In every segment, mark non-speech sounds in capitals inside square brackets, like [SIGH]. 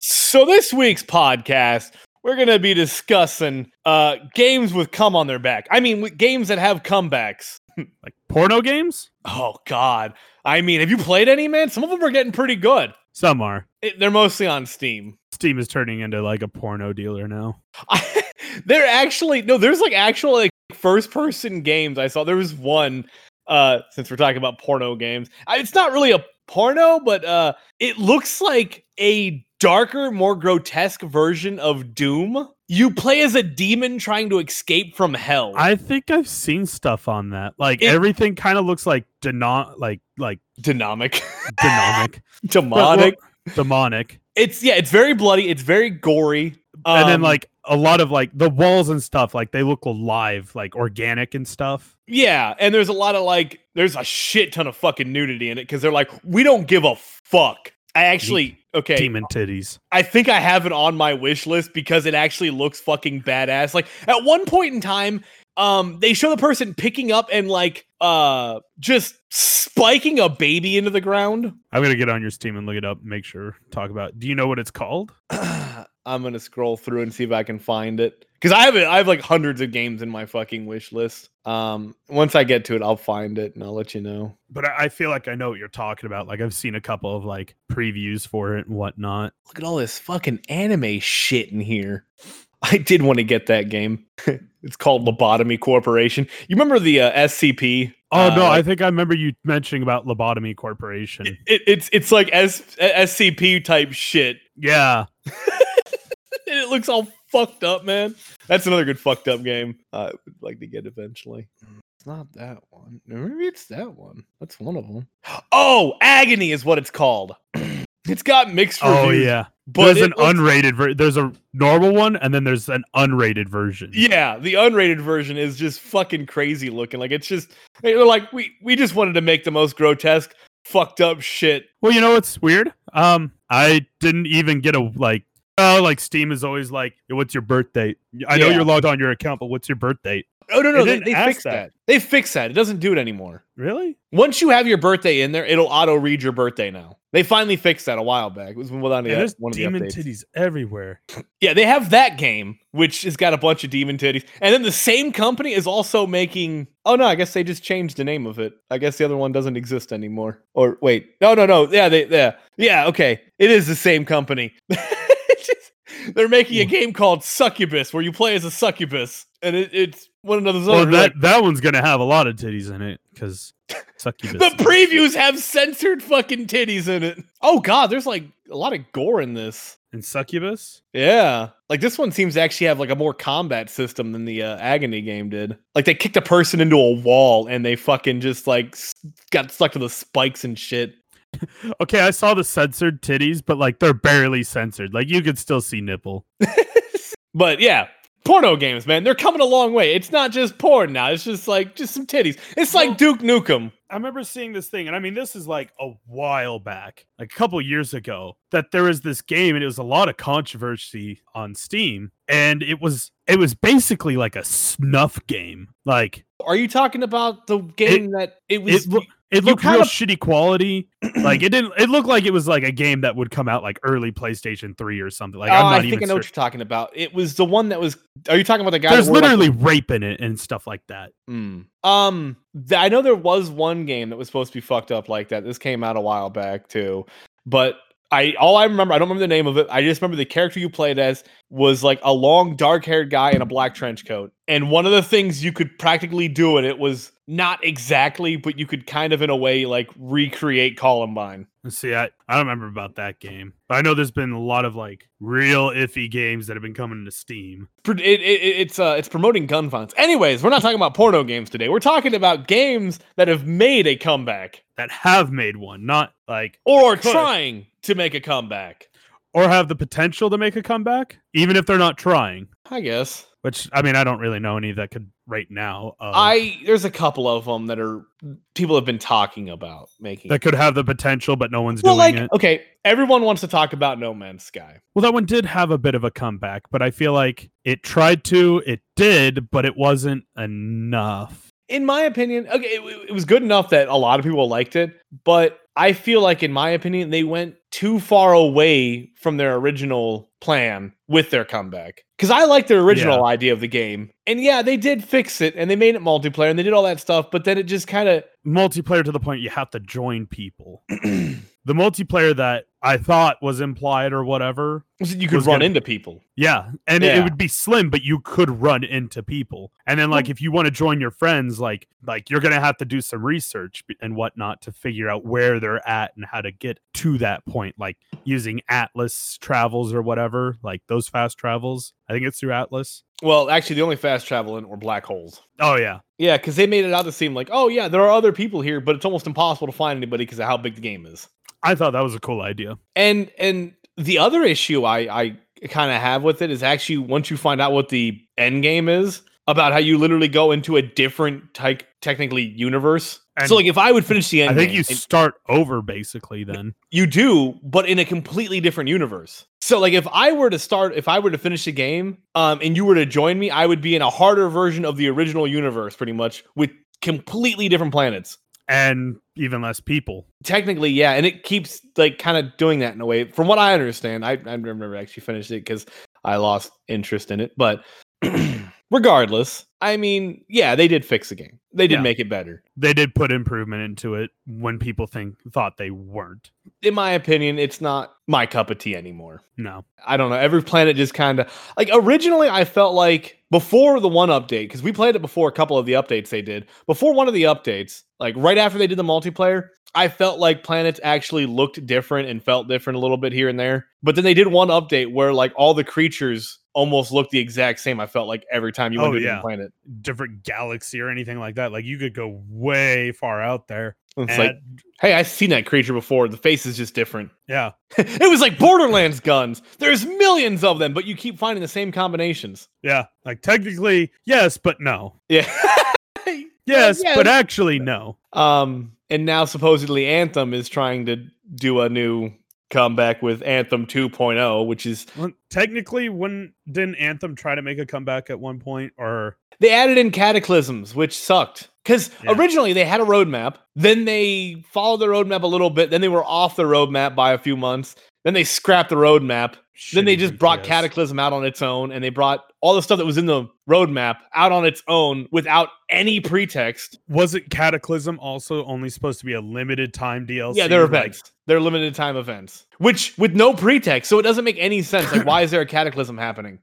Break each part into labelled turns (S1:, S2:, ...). S1: So this week's podcast, we're going to be discussing uh, games with cum on their back. I mean, with games that have comebacks.
S2: Like porno games?
S1: Oh God! I mean, have you played any, man? Some of them are getting pretty good.
S2: Some are.
S1: It, they're mostly on Steam.
S2: Steam is turning into like a porno dealer now.
S1: [LAUGHS] they're actually no. There's like actual like first person games. I saw there was one. Uh, since we're talking about porno games, I, it's not really a porno, but uh, it looks like a darker, more grotesque version of Doom. You play as a demon trying to escape from hell.
S2: I think I've seen stuff on that. Like
S1: It-
S2: everything kind of looks like denon like like
S1: [LAUGHS] Dynamic,
S2: demonic.
S1: [LAUGHS]
S2: But,
S1: demonic.
S2: well, demonic.
S1: It's yeah, it's very bloody. It's very gory.
S2: and then
S1: Um,
S2: like a lot of like the walls and stuff, like they look alive, like organic and stuff.
S1: Yeah, and there's a lot of like, there's a shit ton of fucking nudity in it because they're like, we don't give a fuck. I actually, okay,
S2: Demon titties.
S1: I think I have it on my wish list because it actually looks fucking badass. Like at one point in time, um, they show the person picking up and like, uh, just spiking a baby into the ground. [CLEARS THROAT]
S2: I'm gonna get on your Steam and look it up, make sure talk about do you know what it's called?
S1: I'm gonna scroll through and see if I can find it because I have it. I have like hundreds of games in my fucking wish list. Um, once I get to it, I'll find it and I'll let you know.
S2: But I, I feel like I know what you're talking about. Like I've seen a couple of like previews for it and whatnot.
S1: Look at all this fucking anime shit in here. [LAUGHS] I did want to get that game. [LAUGHS] it's called Lobotomy Corporation. You remember the uh, SCP?
S2: Oh no,
S1: Uh,
S2: I think I remember you mentioning about Lobotomy Corporation.
S1: it, it's it's like S- SCP type shit, [LAUGHS]
S2: yeah.
S1: and it looks all fucked up, man. That's another good fucked up game. I would like to get eventually. It's not that one. Or Maybe it's that one. That's one of them. Oh, Agony is what it's called. [CLEARS THROAT] it's got mixed reviews.
S2: Oh yeah.
S1: but
S2: there's an
S1: it looks-
S2: unrated ver- there's a normal one and then there's an unrated version.
S1: Yeah, the unrated version is just fucking crazy looking. Like it's just they're like we we just wanted to make the most grotesque, fucked up shit.
S2: Well, you know what's weird? Um, I didn't even get a like. Oh, like Steam is always like, "What's your birth date?" I know
S1: Yeah.
S2: you're logged on your account, but what's your birth date?
S1: Oh no no,
S2: They
S1: they,
S2: didn't
S1: they
S2: ask
S1: fixed
S2: that.
S1: that. They fixed that. It doesn't do it anymore.
S2: Really?
S1: Once you have your birthday in there, it'll auto read your birthday now. They finally fixed that a while back. It was one of the,
S2: Yeah, there's
S1: one of the
S2: demon
S1: updates.
S2: titties everywhere.
S1: yeah, they have that game, which has got a bunch of demon titties. And then the same company is also making. Oh, no, I guess they just changed the name of it. I guess the other one doesn't exist anymore. Or wait. No, no, no. Yeah, they, yeah. Yeah, okay. It is the same company. [LAUGHS] It's just- They're making a
S2: Mm.
S1: game called Succubus, where you play as a succubus, and it, it's one another's.
S2: Well,
S1: own. You're like,
S2: that that one's gonna have a lot of titties in it
S1: [LAUGHS]
S2: because succubus.
S1: The previews have censored fucking titties in it. Oh god, there's like a lot of gore in this.
S2: and succubus.
S1: Yeah. Like this one seems to actually have like a more combat system than the uh, Agony game did. Like they kicked a person into a wall and they fucking just like s- got stuck to the spikes and shit.
S2: Okay, I saw the censored titties, but like they're barely censored. Like you could still see nipple.
S1: But yeah, porno games, man, they're coming a long way. It's not just porn now. It's just like just some titties. It's like Duke Nukem.
S2: I remember seeing this thing, and I mean, this is like a while back, like a couple years ago, that there was this game, and it was a lot of controversy on Steam, and it was it was basically like a snuff game, like
S1: Are you talking about the game that it was
S2: it loo- it
S1: you
S2: looked real
S1: kinda-
S2: shitty
S1: [CLEARS THROAT]
S2: quality, like it didn't. It looked like it was like a game that would come out like early PlayStation Three or something. Like
S1: Oh,
S2: I'm not
S1: I think
S2: even.
S1: I know
S2: sure.
S1: what you're talking about. It was the one that was. Are you talking about the guy? that
S2: There's
S1: wore, like,
S2: literally rape in it and stuff like that.
S1: Mm. Um, th- I know there was one game that was supposed to be fucked up like that. This came out a while back too, but I all I remember I don't remember the name of it. I just remember the character you played as was like a long dark haired guy in a black trench coat, and one of the things you could practically do in it was not exactly, but you could kind of in a way like recreate Columbine.
S2: Let's See, I, I don't remember about that game, but I know there's been a lot of like real iffy games that have been coming to Steam.
S1: Pro- It, it, it- it's uh, it's promoting gun violence. Anyways, we're not talking about porno games today. We're talking about games that have made a comeback
S2: that have made one, not like
S1: or are
S2: Could.
S1: trying to make a comeback.
S2: or have the potential to make a comeback, even if they're not trying.
S1: I guess
S2: Which I mean, I don't really know any that could right now. Uh,
S1: I there's a couple of them that are people have been talking about making.
S2: that could have the potential, but no one's
S1: well,
S2: doing
S1: like
S2: it.
S1: okay, everyone wants to talk about No Man's Sky.
S2: Well, that one did have a bit of a comeback, but I feel like it tried to, it did, but it wasn't enough.
S1: In my opinion, okay, it, it was good enough that a lot of people liked it, but I feel like in my opinion they went too far away from their original plan with their comeback. Because I like their original idea of the game. And yeah, they did fix it and they made it multiplayer and they did all that stuff, but then it just kind of
S2: multiplayer to the point you have to join people. [CLEARS THROAT] the multiplayer that I thought was implied or whatever.
S1: you could
S2: Was
S1: run
S2: gonna-
S1: into people.
S2: Yeah. And it- it
S1: Yeah.
S2: would be slim, but you could run into people. And then like if you want to join your friends, like like you're gonna have to do some research b- and whatnot to figure out where they're at and how to get to that point, like using Atlas travels or whatever, like those fast travels. I think it's through Atlas.
S1: Well, actually, the only fast traveling were black holes.
S2: Oh yeah.
S1: Yeah, because they made it out to seem like, oh yeah, there are other people here, but it's almost impossible to find anybody because of how big the game is.
S2: I thought that was a cool idea.
S1: And and the other issue I I kind of have with it is actually once you find out what the end game is about how you literally go into a different type technically universe.
S2: And-
S1: so like if I would finish the end,
S2: I think
S1: game
S2: you
S1: and-
S2: start over basically then.
S1: you do, but in a completely different universe. So like if I were to start, if I were to finish the game, um, and you were to join me, I would be in a harder version of the original universe, pretty much with completely different planets.
S2: And even less people.
S1: technically yeah and it keeps like kind of doing that in a way from what i understand i, I remember actually finished it because i lost interest in it but [CLEARS THROAT] regardless i mean yeah they did fix the game they did
S2: Yeah.
S1: make it better
S2: They did put improvement into it when people think thought they weren't.
S1: in my opinion it's not my cup of tea anymore
S2: No.
S1: I don't know. Every planet just kind of like originally I felt like before the one update because we played it before a couple of the updates they did before one of the updates like right after they did the multiplayer I felt like planets actually looked different and felt different a little bit here and there but then they did one update where like all the creatures almost looked the exact same I felt like every time you went
S2: Oh,
S1: to a different
S2: yeah.
S1: planet
S2: different galaxy or anything like that. Like you could go way far out there.
S1: it's
S2: and-
S1: like hey I've seen that creature before the face is just different [LAUGHS]
S2: yeah,
S1: it was like Borderlands guns there's millions of them but you keep finding the same combinations
S2: yeah. Like technically, yes, but no.
S1: yeah [LAUGHS]
S2: Yes,
S1: yeah,
S2: but actually, no.
S1: Um, and now supposedly Anthem is trying to do a new comeback with Anthem 2.0, which is
S2: Well, Technically, when didn't Anthem try to make a comeback at one point? Or
S1: they added in Cataclysms, which sucked. Because
S2: Yeah.
S1: originally they had a roadmap, then they followed the roadmap a little bit, then they were off the roadmap by a few months, then they scrapped the roadmap, then they
S2: shitty
S1: just brought
S2: GPS?
S1: Cataclysm out on its own, and they brought all the stuff that was in the roadmap out on its own without any pretext.
S2: Wasn't Cataclysm also only supposed to be a limited time DLC?
S1: yeah, they're
S2: Like,
S1: events. they're limited time events, which with no pretext. So it doesn't make any sense. Like, why is there a cataclysm happening?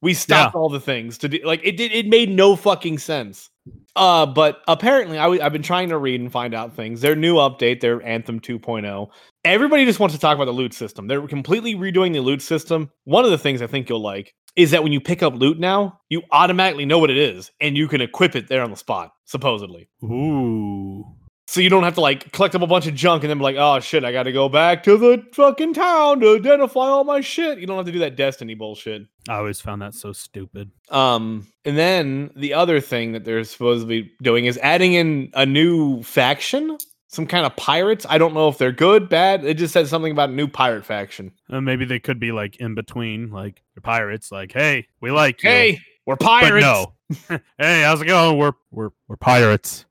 S1: We stopped all the things to do. Like, it did. It made no fucking sense. Uh, but apparently, i w- I've been trying to read and find out things. Their new update, their Anthem 2.0. Everybody just wants to talk about the loot system. They're completely redoing the loot system. One of the things I think you'll like is that when you pick up loot now, you automatically know what it is and you can equip it there on the spot, supposedly.
S2: Ooh.
S1: So you don't have to like collect up a bunch of junk and then be like, oh shit, I gotta go back to the fucking town to identify all my shit. You don't have to do that destiny bullshit.
S2: I always found that so stupid.
S1: Um, and then the other thing that they're supposed to be doing is adding in a new faction, some kind of pirates. I don't know if they're good, bad. It just says something about a new pirate faction.
S2: Uh, maybe they could be like in between, like the pirates, like, hey, we like you,
S1: Hey, we're
S2: but
S1: pirates.
S2: no. [LAUGHS] hey, how's it going? We're we're we're pirates.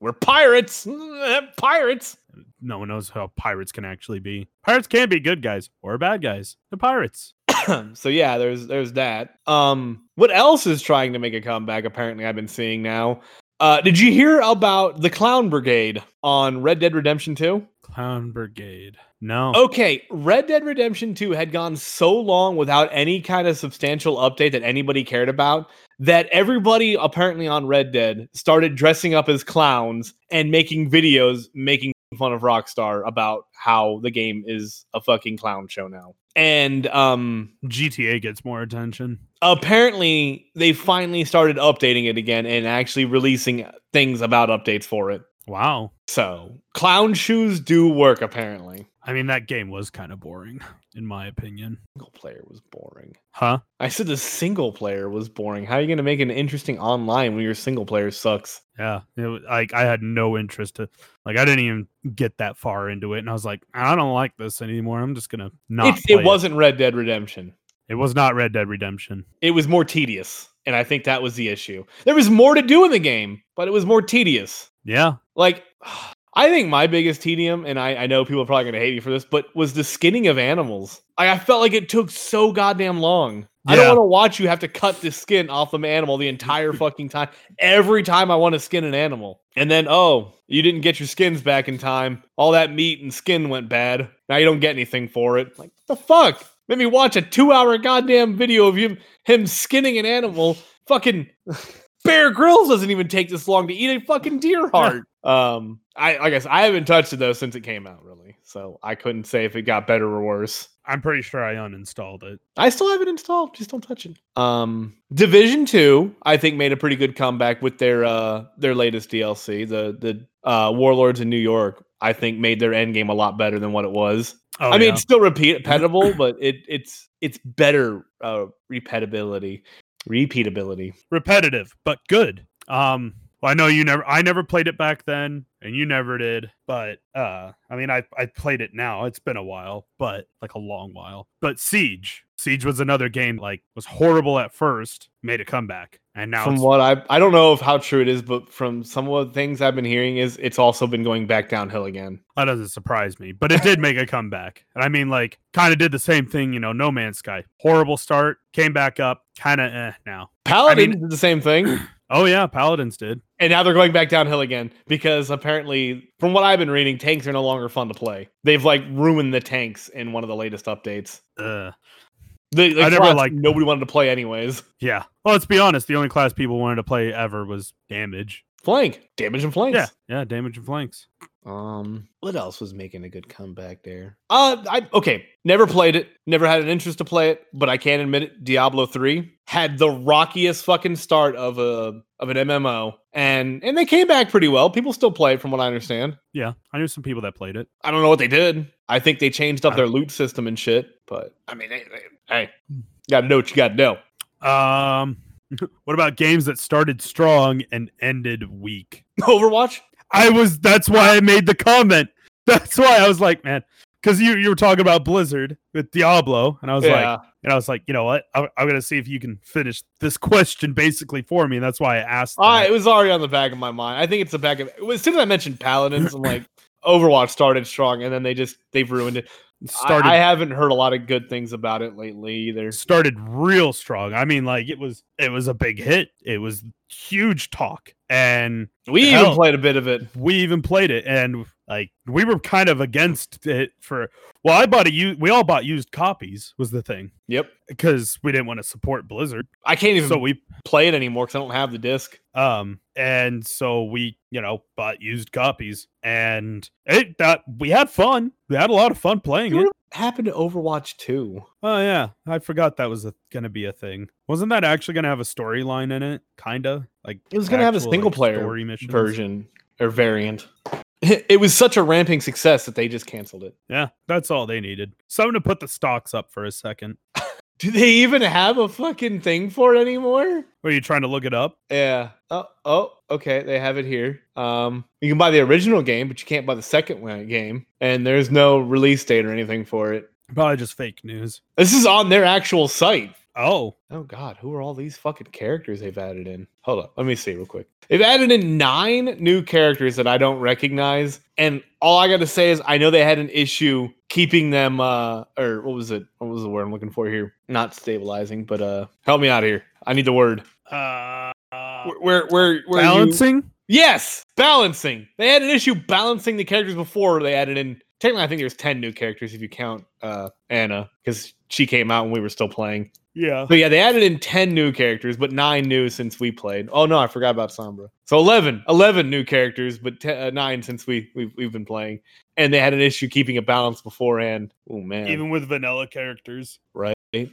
S1: We're pirates. [LAUGHS] pirates.
S2: no one knows how pirates can actually be. Pirates can be good guys or bad guys. They're pirates.
S1: [LAUGHS] so yeah, there's there's that. Um, what else is trying to make a comeback? Apparently, I've been seeing now. Uh, did you hear about the Clown Brigade on Red Dead Redemption Two?
S2: Clown Brigade. No.
S1: Okay, Red Dead Redemption Two had gone so long without any kind of substantial update that anybody cared about that everybody apparently on Red Dead started dressing up as clowns and making videos making fun of Rockstar about how the game is a fucking clown show now. And um,
S2: GTA gets more attention.
S1: apparently they finally started updating it again and actually releasing things about updates for it.
S2: Wow.
S1: So clown shoes do work apparently.
S2: I mean, that game was kind of boring, [LAUGHS] in my opinion.
S1: Single player was boring.
S2: Huh?
S1: I said the single player was boring. How are you going to make an interesting online when your single player sucks?
S2: Yeah. It was, like, I had no interest to, like, I didn't even get that far into it. And I was like, I don't like this anymore. I'm just going to not.
S1: It's-
S2: play
S1: it wasn't Red Dead Redemption.
S2: It was not Red Dead Redemption.
S1: It was more tedious, and I think that was the issue. There was more to do in the game, but it was more tedious.
S2: Yeah.
S1: Like I think my biggest tedium, and I, I know people are probably going to hate me for this, but was the skinning of animals. I, I felt like it took so goddamn long. I
S2: Yeah.
S1: don't want to watch you have to cut the skin off an animal the entire fucking time. Every time I want to skin an animal. And then, oh, you didn't get your skins back in time. All that meat and skin went bad. Now you don't get anything for it. Like, the fuck? Made me watch a two hour goddamn video of him, him skinning an animal. Fucking Bear Grylls doesn't even take this long to eat a fucking deer heart. Um, I I guess I haven't touched it though since it came out, really. So I couldn't say if it got better or worse.
S2: [LAUGHS] I'm pretty sure I uninstalled it.
S1: I still have it installed. Just don't touch it. Um, Division Two, I think, made a pretty good comeback with their uh their latest DLC, the the uh, Warlords in New York. I think made their end game a lot better than what it was.
S2: Oh,
S1: I mean,
S2: yeah.
S1: it's still repeat repetible, but it it's it's better uh, repetibility, repeatability.
S2: repetitive but good. Um, well, I know you never. I never played it back then, and you never did. But uh, I mean, I I played it now. It's been a while, but like a long while. But Siege, Siege was another game like was horrible at first, made a comeback, and now
S1: from
S2: it's,
S1: what I I don't know if how true it is, but from some of the things I've been hearing is it's also been going back downhill again.
S2: that doesn't surprise me. But it did make a comeback, and I mean, like, kind of did the same thing. You know, No Man's Sky, horrible start, came back up, kind of eh now.
S1: Paladin did the same
S2: [CLEARS THROAT]
S1: thing,
S2: Oh yeah, Paladins did.
S1: and now they're going back downhill again because apparently, from what I've been reading, tanks are no longer fun to play. They've like ruined the tanks in one of the latest updates.
S2: Uh,
S1: The, the
S2: I never
S1: class
S2: liked them.
S1: nobody wanted to play anyways.
S2: yeah. Well, let's be honest. The only class people wanted to play ever was Damage.
S1: Flank damage and flanks.
S2: Yeah, yeah, damage and flanks.
S1: Um, what else was making a good comeback there? Uh, I okay, never played it, never had an interest to play it, but I can admit it. Diablo three had the rockiest fucking start of a of an MMO, and and they came back pretty well. People still play it, from what I understand.
S2: Yeah, I knew some people that played it.
S1: I don't know what they did. I think they changed up
S2: I-
S1: their loot system and shit, but I mean, they, they, hey, gotta know what you gotta know. [LAUGHS]
S2: Um, [LAUGHS] what about games that started strong and ended weak?
S1: Overwatch.
S2: I was. That's why I made the comment. [LAUGHS] That's why I was like, man, because you you were talking about Blizzard with Diablo, and I was like, and I was like, you know what? I'm, I'm gonna see if you can finish this question basically for me, and that's why I asked.
S1: I,
S2: that.
S1: it was already on the back of my mind. I think it's the back of as soon as I mentioned paladins, I'm like Overwatch started strong, and then they just they've ruined it.
S2: It
S1: I-
S2: started
S1: I, haven't heard a lot of good things about it lately either.
S2: started real strong. I mean, like it was it was a big hit. It was huge talk, and
S1: We
S2: Hell.
S1: even played a bit of it.
S2: we even played it and like we were kind of against it for well i bought a u we all bought used copies was the thing
S1: Yep.
S2: because we didn't want to support blizzard
S1: I can't even
S2: so we
S1: play it anymore because I don't have the disc.
S2: um and so we you know bought used copies and it that we had fun we had a lot of fun playing
S1: You
S2: it
S1: know what happened to Overwatch 2?
S2: oh yeah i forgot that was a, gonna be a thing wasn't that actually gonna have a storyline in it kinda like
S1: It was gonna have a
S2: actual,
S1: single player
S2: story missions?
S1: Version or variant. [LAUGHS] It was such a ramping success that they just canceled it.
S2: yeah that's all they needed something to put the stocks up for a second
S1: Do they even have a fucking thing for it anymore?
S2: What, are you trying to look it up
S1: Yeah. Oh, oh, okay. They have it here. Um, you can buy the original game, but you can't buy the second one- game, and there's no release date or anything for it.
S2: Probably just fake news.
S1: This is on their actual site.
S2: Oh,
S1: Oh God, who are all these fucking characters they've added in? Hold up, let me see real quick. They've added in nine new characters that I don't recognize, and all I gotta say is I know they had an issue keeping them, uh, or what was it? What was the word I'm looking for here? Not stabilizing, but uh, help me out here. I need the word.
S2: uh,
S1: Where, where, where, where you-
S2: balancing.
S1: Yes, balancing. They had an issue balancing the characters before they added in. Technically, I think there's ten new characters if you count uh, Anna because she came out when we were still playing.
S2: Yeah.
S1: So yeah, they added in 10 new characters, but 9 new since we played. Oh no, I forgot about Sombra. So 11, 11 new characters, but 10, uh, 9 since we we've, we've been playing. And they had an issue keeping a balance beforehand. Oh man.
S2: Even with vanilla characters,
S1: right. Hey,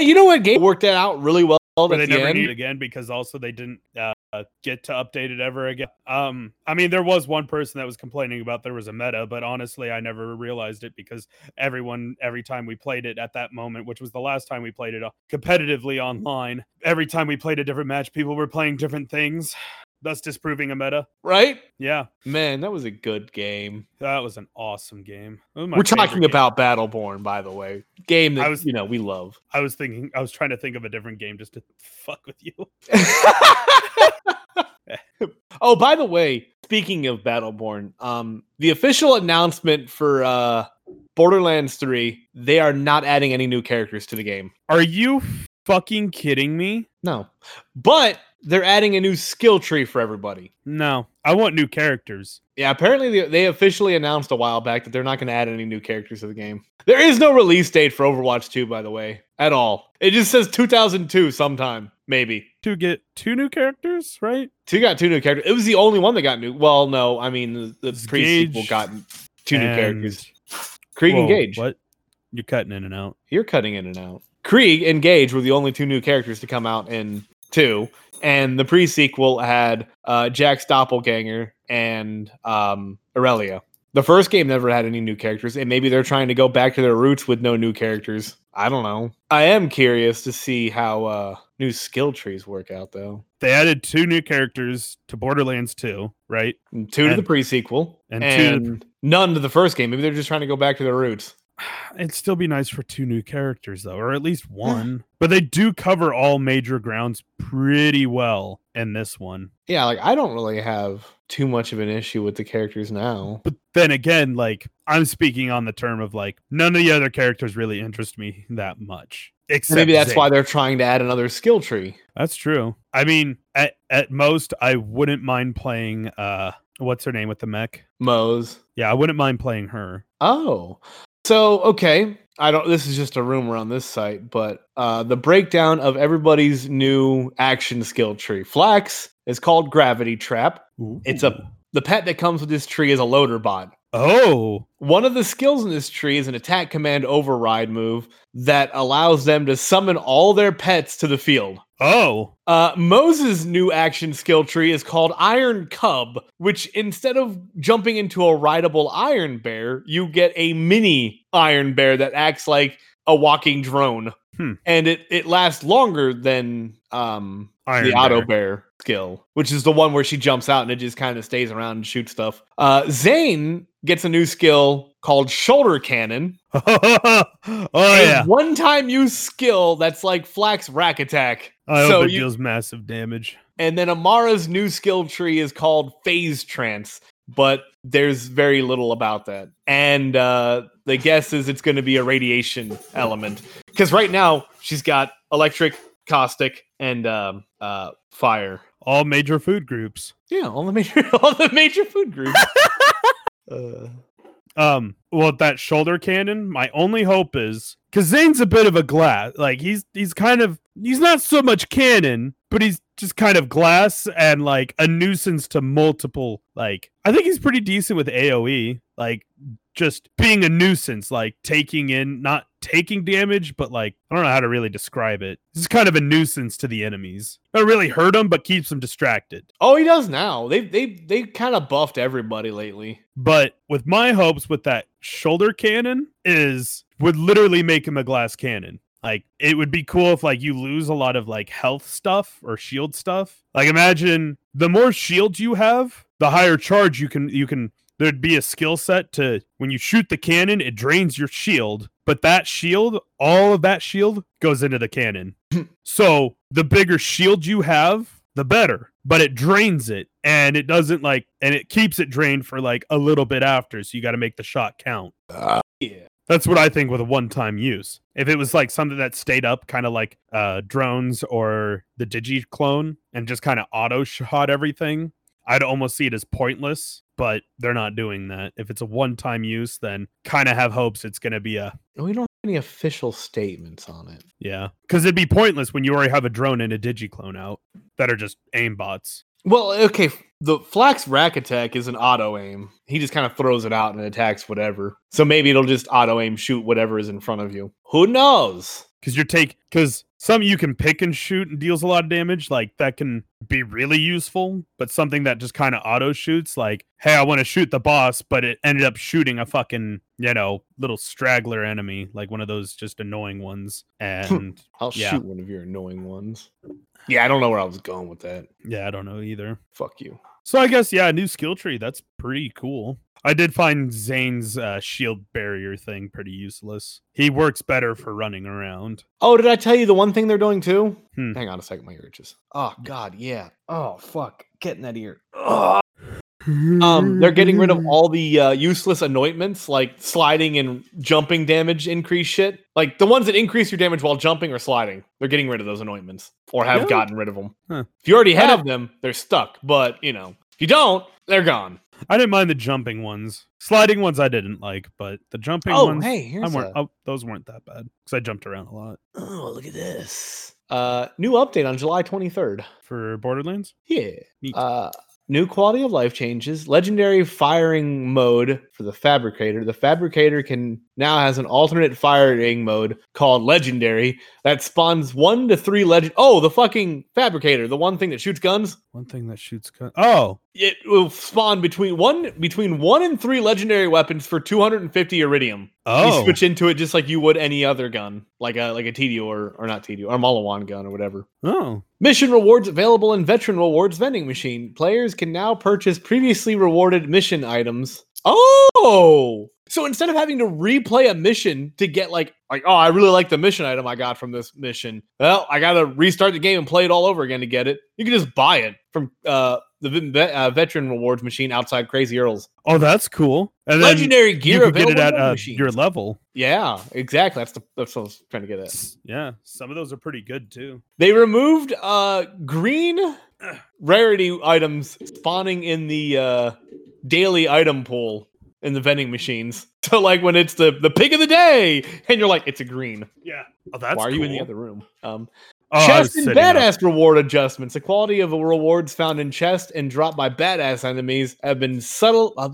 S1: you know what game worked that out really well at
S2: but they
S1: the
S2: never
S1: end?
S2: need again because also they didn't uh, uh, get to update it ever again. Um, I mean, there was one person that was complaining about there was a meta, but honestly, I never realized it because everyone, every time we played it at that moment, which was the last time we played it uh, competitively online, every time we played a different match, people were playing different things, thus disproving a meta.
S1: Right?
S2: Yeah,
S1: Man, that was a good game.
S2: that was an awesome game. That was my
S1: We're
S2: favorite
S1: talking
S2: game.
S1: about Battleborn, by the way. Game that
S2: I was-
S1: you know we love.
S2: I was thinking, I was trying to [LAUGHS] think of a different game just to fuck with you.
S1: [LAUGHS] oh, by the way, speaking of Battleborn, um, the official announcement for uh, Borderlands 3, they are not adding any new characters to the game.
S2: Are you fucking kidding me?
S1: No. But they're adding a new skill tree for everybody.
S2: No, I want new characters.
S1: Yeah, apparently they, they officially announced a while back that they're not going to add any new characters to the game. There is no release date for Overwatch 2, by the way, at all. It just says 2002 sometime, maybe.
S2: To get two new characters, right?
S1: Two got two new characters. It was the only one that got new. Well, no, I mean the, the
S2: It's
S1: pre sequel
S2: Gage
S1: got two new
S2: and-
S1: characters. Krieg
S2: Whoa,
S1: and Gage.
S2: What? You're cutting in and out.
S1: You're cutting in and out. Krieg and Gage were the only two new characters to come out in two, and the pre sequel had uh, Jack's doppelganger and um, Aurelia. The first game never had any new characters, and maybe they're trying to go back to their roots with no new characters. I don't know. I am curious to see how uh, new skill trees work out, though.
S2: They added two new characters to Borderlands 2, right? [SIGHS]
S1: And Two to the
S2: And-
S1: pre sequel, and,
S2: and two to the-
S1: none to the first game. Maybe they're just trying to go back to their roots.
S2: It'd still be nice for two new characters though, or
S1: [SIGHS]
S2: at least one. but they do cover all major grounds pretty well in this one.
S1: Yeah, like I don't really have too much of an issue with the characters now.
S2: But then again, like I'm speaking on the term of like none of the other characters really interest me that much. Except
S1: And maybe that's
S2: Zayden.
S1: why they're trying to add another skill tree.
S2: That's true. I mean, at at most, I wouldn't mind playing. uh What's her name with the mech?
S1: Moe's.
S2: Yeah, I wouldn't mind playing her.
S1: Oh. So, okay. I don't this is just a rumor on this site, but uh the breakdown of everybody's new action skill tree. Flax is called Gravity Trap. It's a- The pet that comes with this tree is a loader bot.
S2: oh
S1: One of the skills in this tree is an attack command override move that allows them to summon all their pets to the field.
S2: oh
S1: Uh, Moses' new action skill tree is called Iron Cub, which instead of jumping into a rideable iron bear, you get a mini iron bear that acts like a walking drone.
S2: Hmm.
S1: And it, it lasts longer than um,
S2: Iron
S1: the auto
S2: Bear.
S1: bear skill, which is the one where she jumps out and it just kind of stays around and shoots stuff. Uh, Zane gets a new skill called Shoulder Cannon,
S2: [LAUGHS] oh
S1: a [LAUGHS]
S2: yeah,
S1: one time use skill that's like Flax Rack Attack.
S2: I hope
S1: so
S2: it
S1: you-
S2: deals massive damage.
S1: And then Amara's new skill tree is called Phase Trance, but there's very little about that. And uh, the guess is it's going to be a radiation element. Because right now, she's got electric, caustic, and um, uh, fire.
S2: All major food groups.
S1: Yeah, all the major, [LAUGHS] all the major food groups. uh,
S2: Um, well, that shoulder cannon. My only hope is because Zane's a bit of a glass. Like he's he's kind of he's not so much cannon, but he's just kind of glass and like a nuisance to multiple. Like I think he's pretty decent with AOE. Like just being a nuisance, like taking in not taking damage, but like I don't know how to really describe it. He's kind of a nuisance to the enemies. Not really hurt them, but keeps them distracted.
S1: oh, he does now. They they they kind of buffed everybody lately.
S2: But with my hopes with that shoulder cannon is would literally make him a glass cannon. Like it would be cool if like you lose a lot of like health stuff or shield stuff. Like imagine the more shields you have, the higher charge you can you can there'd be a skill set to when you shoot the cannon, it drains your shield, but that shield, all of that shield goes into the cannon. so the bigger shield you have, the better, but it drains it and it doesn't like and it keeps it drained for like a little bit after. So you got to make the shot count.
S1: Yeah.
S2: That's what I think with a one time use. If it was like something that stayed up, kind of like uh, drones or the Digi clone and just kind of auto shot everything, I'd almost see it as pointless, but they're not doing that. If it's a one time use, then kind of have hopes it's going to be a,
S1: And We don't have any official statements on it.
S2: yeah. Because it'd be pointless when you already have a drone and a Digi clone out that are just aimbots.
S1: Well, okay. f- The Flax Rack Attack is an auto aim. He just kind of throws it out and attacks whatever. So maybe it'll just auto aim shoot whatever is in front of you. Who knows?
S2: Because you're take, because some you can pick and shoot and deals a lot of damage, like that can be really useful, but something that just kind of auto shoots, like, hey, I want to shoot the boss, but it ended up shooting a fucking, you know, little straggler enemy, like one of those just annoying ones. And
S1: I'll
S2: Yeah.
S1: shoot one of your annoying ones. Yeah, I don't know where I was going with that.
S2: Yeah, I don't know either.
S1: Fuck you.
S2: So I guess yeah, new skill tree. That's pretty cool. I did find Zane's uh, shield barrier thing pretty useless. He works better for running around.
S1: Oh, did I tell you the one thing they're doing too?
S2: Hmm.
S1: Hang on a second, my ear itches. Oh God, yeah. Oh fuck, get in that ear. Ugh. Um, they're getting rid
S2: [LAUGHS]
S1: of all the uh, useless anointments like sliding and jumping damage increase shit. Like the ones that increase your damage while jumping or sliding, they're getting rid of those anointments or have
S2: Really?
S1: gotten rid of them.
S2: Huh.
S1: If you already have
S2: Yeah.
S1: them, they're stuck. But you know, if you don't, they're gone.
S2: I didn't mind the jumping ones. Sliding ones I didn't like, but the jumping
S1: Oh,
S2: ones
S1: hey,
S2: I
S1: here's
S2: weren't,
S1: a-
S2: oh, those weren't that bad because I jumped around a lot
S1: oh look at this. Uh, new update on July 23rd.
S2: for Borderlands.
S1: Yeah.
S2: Neat.
S1: Uh, new quality of life changes. Legendary firing mode for the fabricator. The fabricator can now has an alternate firing mode called legendary that spawns one to three legend. Oh, the fucking fabricator, the one thing that shoots guns.
S2: One thing that shoots gun. Oh,
S1: It will spawn between one between one and three legendary weapons for 250 iridium. You
S2: oh,
S1: switch into it just like you would any other gun, like a like a TDO or, or not TDO or Malawan gun or whatever.
S2: oh.
S1: Mission rewards available in Veteran Rewards vending machine. Players can now purchase previously rewarded mission items. Oh, so instead of having to replay a mission to get like like oh I really like the mission item I got from this mission. Well, I gotta restart the game and play it all over again to get it. You can just buy it from uh, the vet- uh, Veteran Rewards machine outside Crazy Earls.
S2: Oh, that's cool. And then
S1: Legendary gear
S2: you could get
S1: available
S2: it at
S1: in
S2: uh,
S1: machines.
S2: your level.
S1: yeah, exactly. That's the that's what I was trying to get at.
S2: S- Yeah, some of those are pretty good too.
S1: They removed uh green rarity items spawning in the uh daily item pool in the vending machines. [LAUGHS] So like when it's the the pick of the day and you're like it's a green.
S2: Yeah. Oh, that's
S1: Why are you in the
S2: cool.
S1: other room? Um
S2: Oh, I was
S1: chest and
S2: sitting up.
S1: badass reward adjustments. The quality of rewards found in chest and dropped by badass enemies have been subtle uh,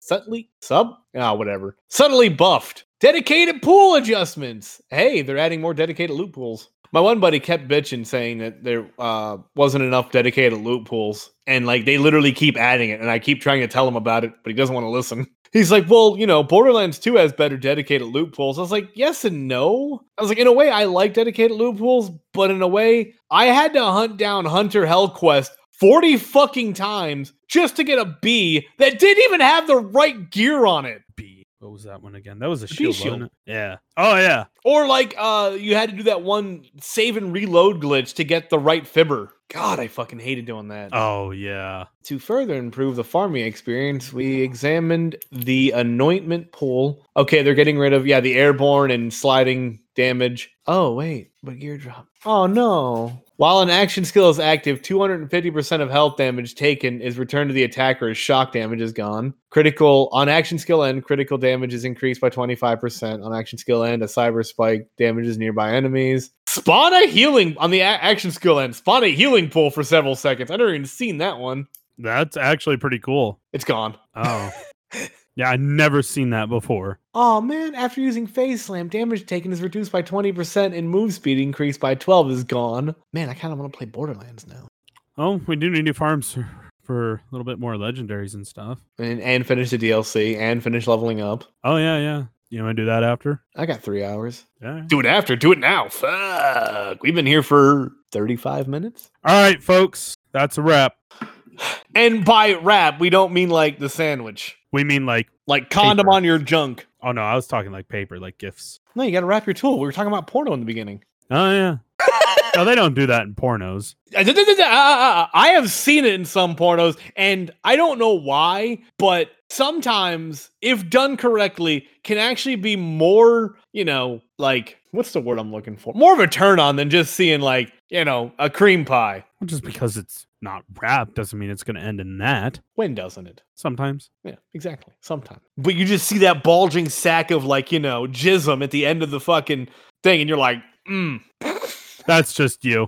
S1: subtly sub ah whatever. Subtly buffed. Dedicated pool adjustments. Hey, they're adding more dedicated loot pools. My one buddy kept bitching saying that there uh, wasn't enough dedicated loot pools. And like they literally keep adding it. And I keep trying to tell him about it, but he doesn't want to listen. He's like, well, you know, Borderlands 2 has better dedicated loot pools. I was like, yes and no. I was like, in a way, I like dedicated loot pools, but in a way, I had to hunt down Hunter Hellquest 40 fucking times just to get a B that didn't even have the right gear on it.
S2: B. What was that one again? That was a
S1: The B
S2: shield.
S1: shield.
S2: wasn't it? Yeah. Oh yeah.
S1: Or like uh you had to do that one save and reload glitch to get the right fibber. God, I fucking hated doing that.
S2: Oh yeah.
S1: To further improve the farming experience, we examined the anointment pool. Okay, they're getting rid of yeah, the airborne and sliding damage. Oh wait, but gear drop. Oh no. While an action skill is active, 250% of health damage taken is returned to the attacker as shock damage is gone. Critical on action skill end, critical damage is increased by 25%. On action skill end, a cyber spike damages nearby enemies. Spawn a healing on the a- action skill end. Spawn a healing pool for several seconds. I've never even seen that one.
S2: That's actually pretty cool.
S1: It's gone.
S2: [LAUGHS] Oh. yeah, I never seen that before.
S1: Oh man, after using phase slam, damage taken is reduced by 20% and move speed increased by 12 is gone. Man, I kind of want to play Borderlands now.
S2: Oh, we do need new farms for- for a little bit more legendaries and stuff.
S1: And, and finish the DLC and finish leveling up.
S2: Oh yeah, yeah. You want to do that after?
S1: I got three hours.
S2: Yeah.
S1: Do it after. Do it now. Fuck. We've been here for 35 minutes.
S2: All right, folks. That's a wrap.
S1: And by wrap, we don't mean like the sandwich,
S2: We mean like
S1: like condom
S2: Paper.
S1: on your junk.
S2: oh no, I was talking like paper, like gifts.
S1: No, you got to wrap your tool. We were talking about porno in the beginning.
S2: Oh yeah. no, they don't do that in pornos.
S1: Uh, d- d- d- d- uh, uh, uh, I have seen it in some pornos, and I don't know why, but sometimes, if done correctly, can actually be more, you know, like what's the word I'm looking for? More of a turn on than just seeing, like, you know, a cream pie.
S2: Well, Just because it's not wrapped doesn't mean it's going to end in that.
S1: When doesn't it?
S2: Sometimes.
S1: Yeah, exactly. Sometimes. But you just see that bulging sack of, like, you know, jism at the end of the fucking thing, and you're like, mm.
S2: That's just you.